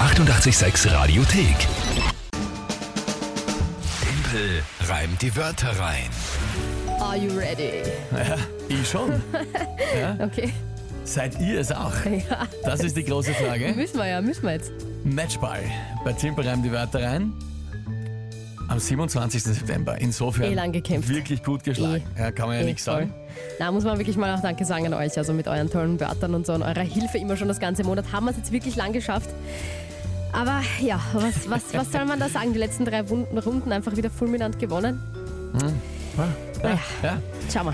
886 Radiothek. Tempel reimt die Wörter rein. Are you ready? Ich schon. Okay. Seid ihr es auch? Ja. Das ist die große Frage. Müssen wir ja, müssen wir jetzt. Matchball. Bei Timpel reimen die Wörter rein. Am 27. September. Insofern Eh lang gekämpft. wirklich gut geschlagen. Ja, kann man ja Eh, nichts voll. sagen. Na, muss man wirklich mal auch Danke sagen an euch, also mit euren tollen Wörtern und so und eurer Hilfe immer schon das ganze Monat. Haben wir es jetzt wirklich lang geschafft. Aber ja, was, was, was soll man da sagen? Die letzten drei Wunden- Runden einfach wieder fulminant gewonnen. Ja, ja. Schauen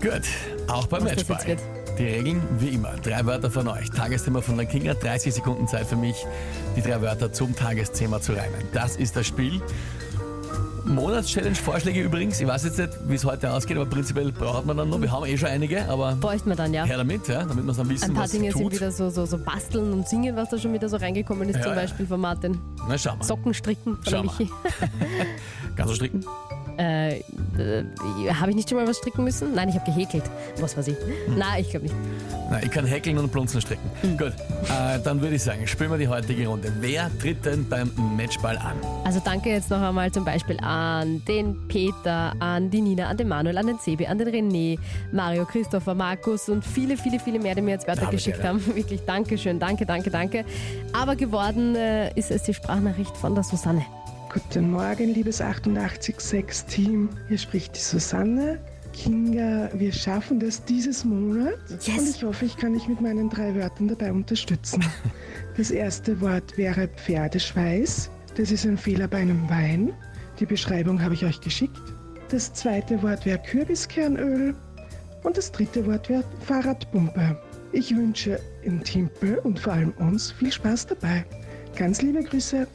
wir. Gut, auch beim Was das jetzt Matchball. Die Regeln wie immer. Drei Wörter von euch. Tagesthema von der Kinga. 30 Sekunden Zeit für mich, die drei Wörter zum Tagesthema zu reimen. Das ist das Spiel. Monatschallenge-Vorschläge übrigens. Ich weiß jetzt nicht, wie es heute ausgeht, aber prinzipiell braucht man dann noch. Wir haben eh schon einige, aber Bräuchten wir dann, ja. her damit, ja, damit wir es dann wissen, Ein paar was Dinge sind tut. wieder so, so, so basteln und singen, was da schon wieder so reingekommen ist, Ja, zum ja. Beispiel von Martin. Na, schauen wir. Socken stricken von der Schauen wir. Michi. Kannst du stricken? Äh, äh, habe ich nicht schon mal was stricken müssen? Nein, ich habe gehäkelt. Was weiß ich. Hm. Na, ich glaube nicht. Nein, ich kann häkeln und plunzen stricken. Mhm. Gut, äh, dann würde ich sagen, spielen wir die heutige Runde. Wer tritt denn beim Matchball an? Also danke jetzt noch einmal zum Beispiel an den Peter, an die Nina, an den Manuel, an den Sebi, an den René, Mario, Christopher, Markus und viele, viele, viele mehr, die mir jetzt Wörter Habe ich geschickt gerne. haben. Wirklich Dankeschön, danke, danke, danke. Aber geworden äh, ist es die Sprachnachricht von der Susanne. Guten Morgen, liebes 886-Team. Hier spricht die Susanne. Kinga, wir schaffen das dieses Monat. Yes. Und ich hoffe, ich kann dich mit meinen drei Wörtern dabei unterstützen. Das erste Wort wäre Pferdeschweiß. Das ist ein Fehler bei einem Wein. Die Beschreibung habe ich euch geschickt. Das zweite Wort wäre Kürbiskernöl. Und das dritte Wort wäre Fahrradpumpe. Ich wünsche im Timpel und vor allem uns viel Spaß dabei. Ganz liebe Grüße,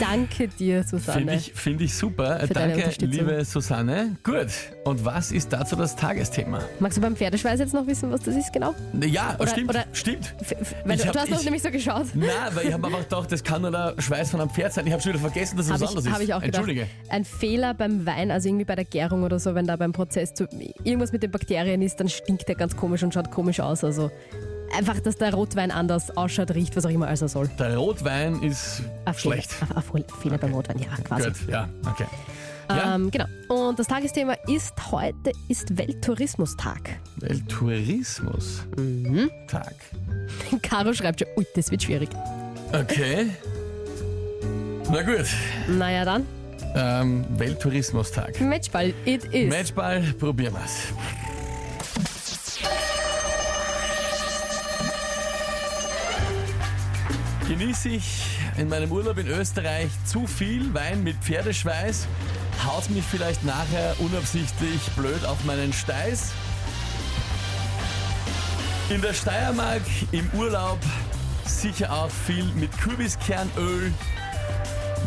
Danke dir, Susanne. Finde ich, find ich super. Für deine Danke, Unterstützung. liebe Susanne. Gut. Und was ist dazu das Tagesthema? Magst du beim Pferdeschweiß jetzt noch wissen, was das ist genau? Ja, Oder- stimmt, oder- stimmt. F- f- Weil Ich du, hab- du hast doch ich- nämlich so geschaut. Na, weil ich habe einfach gedacht, das kann nur der Schweiß von einem Pferd sein. Ich habe schon wieder vergessen, dass es was Habe anderes ich, ist. hab ich auch gedacht. Entschuldige. Ein Fehler beim Wein, also irgendwie bei der Gärung oder so, wenn da beim Prozess zu, irgendwas mit den Bakterien ist, dann stinkt der ganz komisch und schaut komisch aus. Also einfach, dass der Rotwein anders ausschaut, riecht, was auch immer, als er soll. Der Rotwein ist Ein Fehler. schlecht. Ein- ein Fehler beim Rotwein, ja, quasi. Gut, ja, okay. Ja, Ähm, genau. Und das Tagesthema ist heute ist Welttourismustag. Welttourismus. Mhm. Tag. Caro schreibt schon, ui, das wird schwierig. Okay. Na gut. Naja dann, Ähm, Welttourismustag. Matchball, it is. Matchball, probieren wir's. Genieße ich in meinem Urlaub in Österreich zu viel Wein mit Pferdeschweiß, haut mich vielleicht nachher unabsichtlich blöd auf meinen Steiß. In der Steiermark im Urlaub sicher auch viel mit Kürbiskernöl,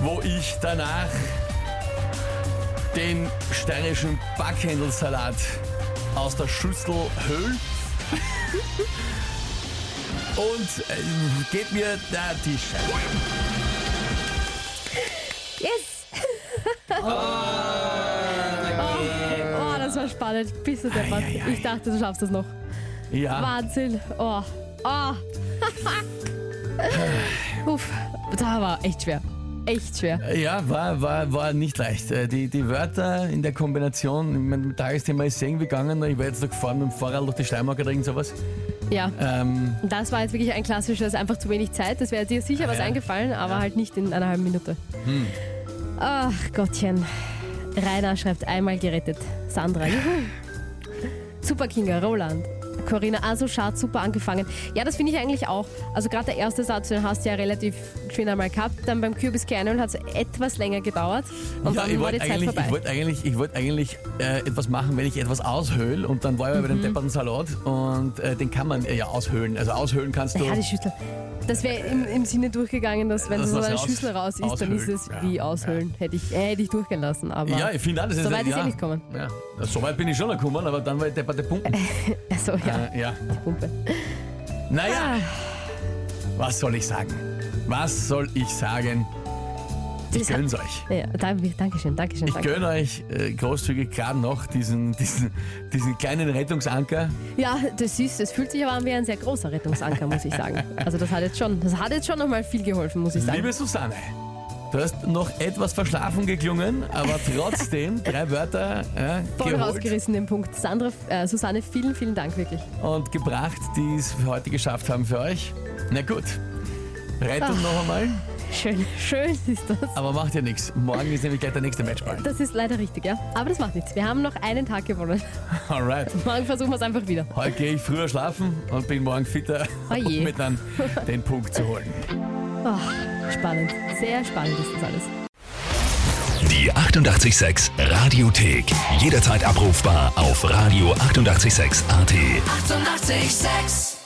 wo ich danach den steirischen Backhändelsalat aus der Schüssel Höhl. Und äh, geht mir da die Scheiße. Yes! oh, oh, das war spannend. Bist du deppert. Ei, ei, ei. Ah. Ich dachte, du schaffst das noch. Ja, Wahnsinn. Oh, oh. Uff, da war echt schwer. Echt schwer. ja war, war, war nicht leicht. Äh, Die, die Wörter in der Kombination, mein Tagesthema ist sehen gegangen, ich wäre jetzt noch gefahren mit dem Fahrrad durch die Steiermark oder irgend sowas. Ja, Ähm, das war jetzt wirklich ein klassisches, einfach zu wenig Zeit. Das wäre dir sicher was Ah, ja. Hm. eingefallen, aber halt nicht in einer halben Minute. Ach Gottchen. Rainer schreibt einmal gerettet. Sandra, juhu. Super Kinga, Roland. Corinna, also schad, super angefangen. Ja, das finde ich eigentlich auch. Also gerade der erste Satz, den hast du ja relativ geschwind einmal gehabt. Dann beim Kürbiskernöl hat es etwas länger gedauert. Und ja, dann ich war die wollte Zeit eigentlich, vorbei. ich wollte eigentlich, ich wollte eigentlich äh, etwas machen, wenn ich etwas aushöhle und dann war ich Mhm. bei dem depperten Salat und äh, den kann man äh, ja aushöhlen. Also aushöhlen kannst du. Ja, die Schüssel. Das wäre im, im Sinne durchgegangen, dass wenn Also, Dass das aus was einer raus- Schüssel raus ist, dann ist aushöhlen. es Ja, wie ja. aushöhlen. Hätte ich, äh, hätte ich durchgehen lassen, aber Ja, ich finde auch, das ist so weit ist ja, eh nicht gekommen. Ja. Na, So weit bin ich schon gekommen, aber dann war ich depperte Pumpen. also, ja, Äh, ja. die Pumpe. Naja, Ah. was soll ich sagen? Was soll ich sagen? Ich gönn's euch. Ja, danke, Dankeschön, Dankeschön. Ich Danke. gönne euch äh, großzügig gerade noch diesen, diesen, diesen kleinen Rettungsanker. Ja, das ist, es fühlt sich aber an wie ein sehr großer Rettungsanker, muss ich sagen. Also das hat jetzt schon, das hat jetzt schon nochmal viel geholfen, muss ich sagen. Liebe Susanne, du hast noch etwas verschlafen geklungen, aber trotzdem drei Wörter ja, Voll geholt rausgerissen den Punkt. Sandra, äh, Susanne, vielen, vielen Dank wirklich. und gebracht, die es für heute geschafft haben für euch. Na gut, Rettung noch einmal, Schön, schön ist das. aber macht ja nichts. Morgen ist nämlich gleich der nächste Matchball. Das ist leider richtig, ja. Aber das macht nichts. Wir haben noch einen Tag gewonnen. Alright. Morgen versuchen wir es einfach wieder. Heute gehe ich früher schlafen und bin morgen fitter, Oje. um mir dann den Punkt zu holen. Ah, spannend. Sehr spannend ist das alles. Die 886 Radiothek. Jederzeit abrufbar auf radio886.at. 886! 886. 886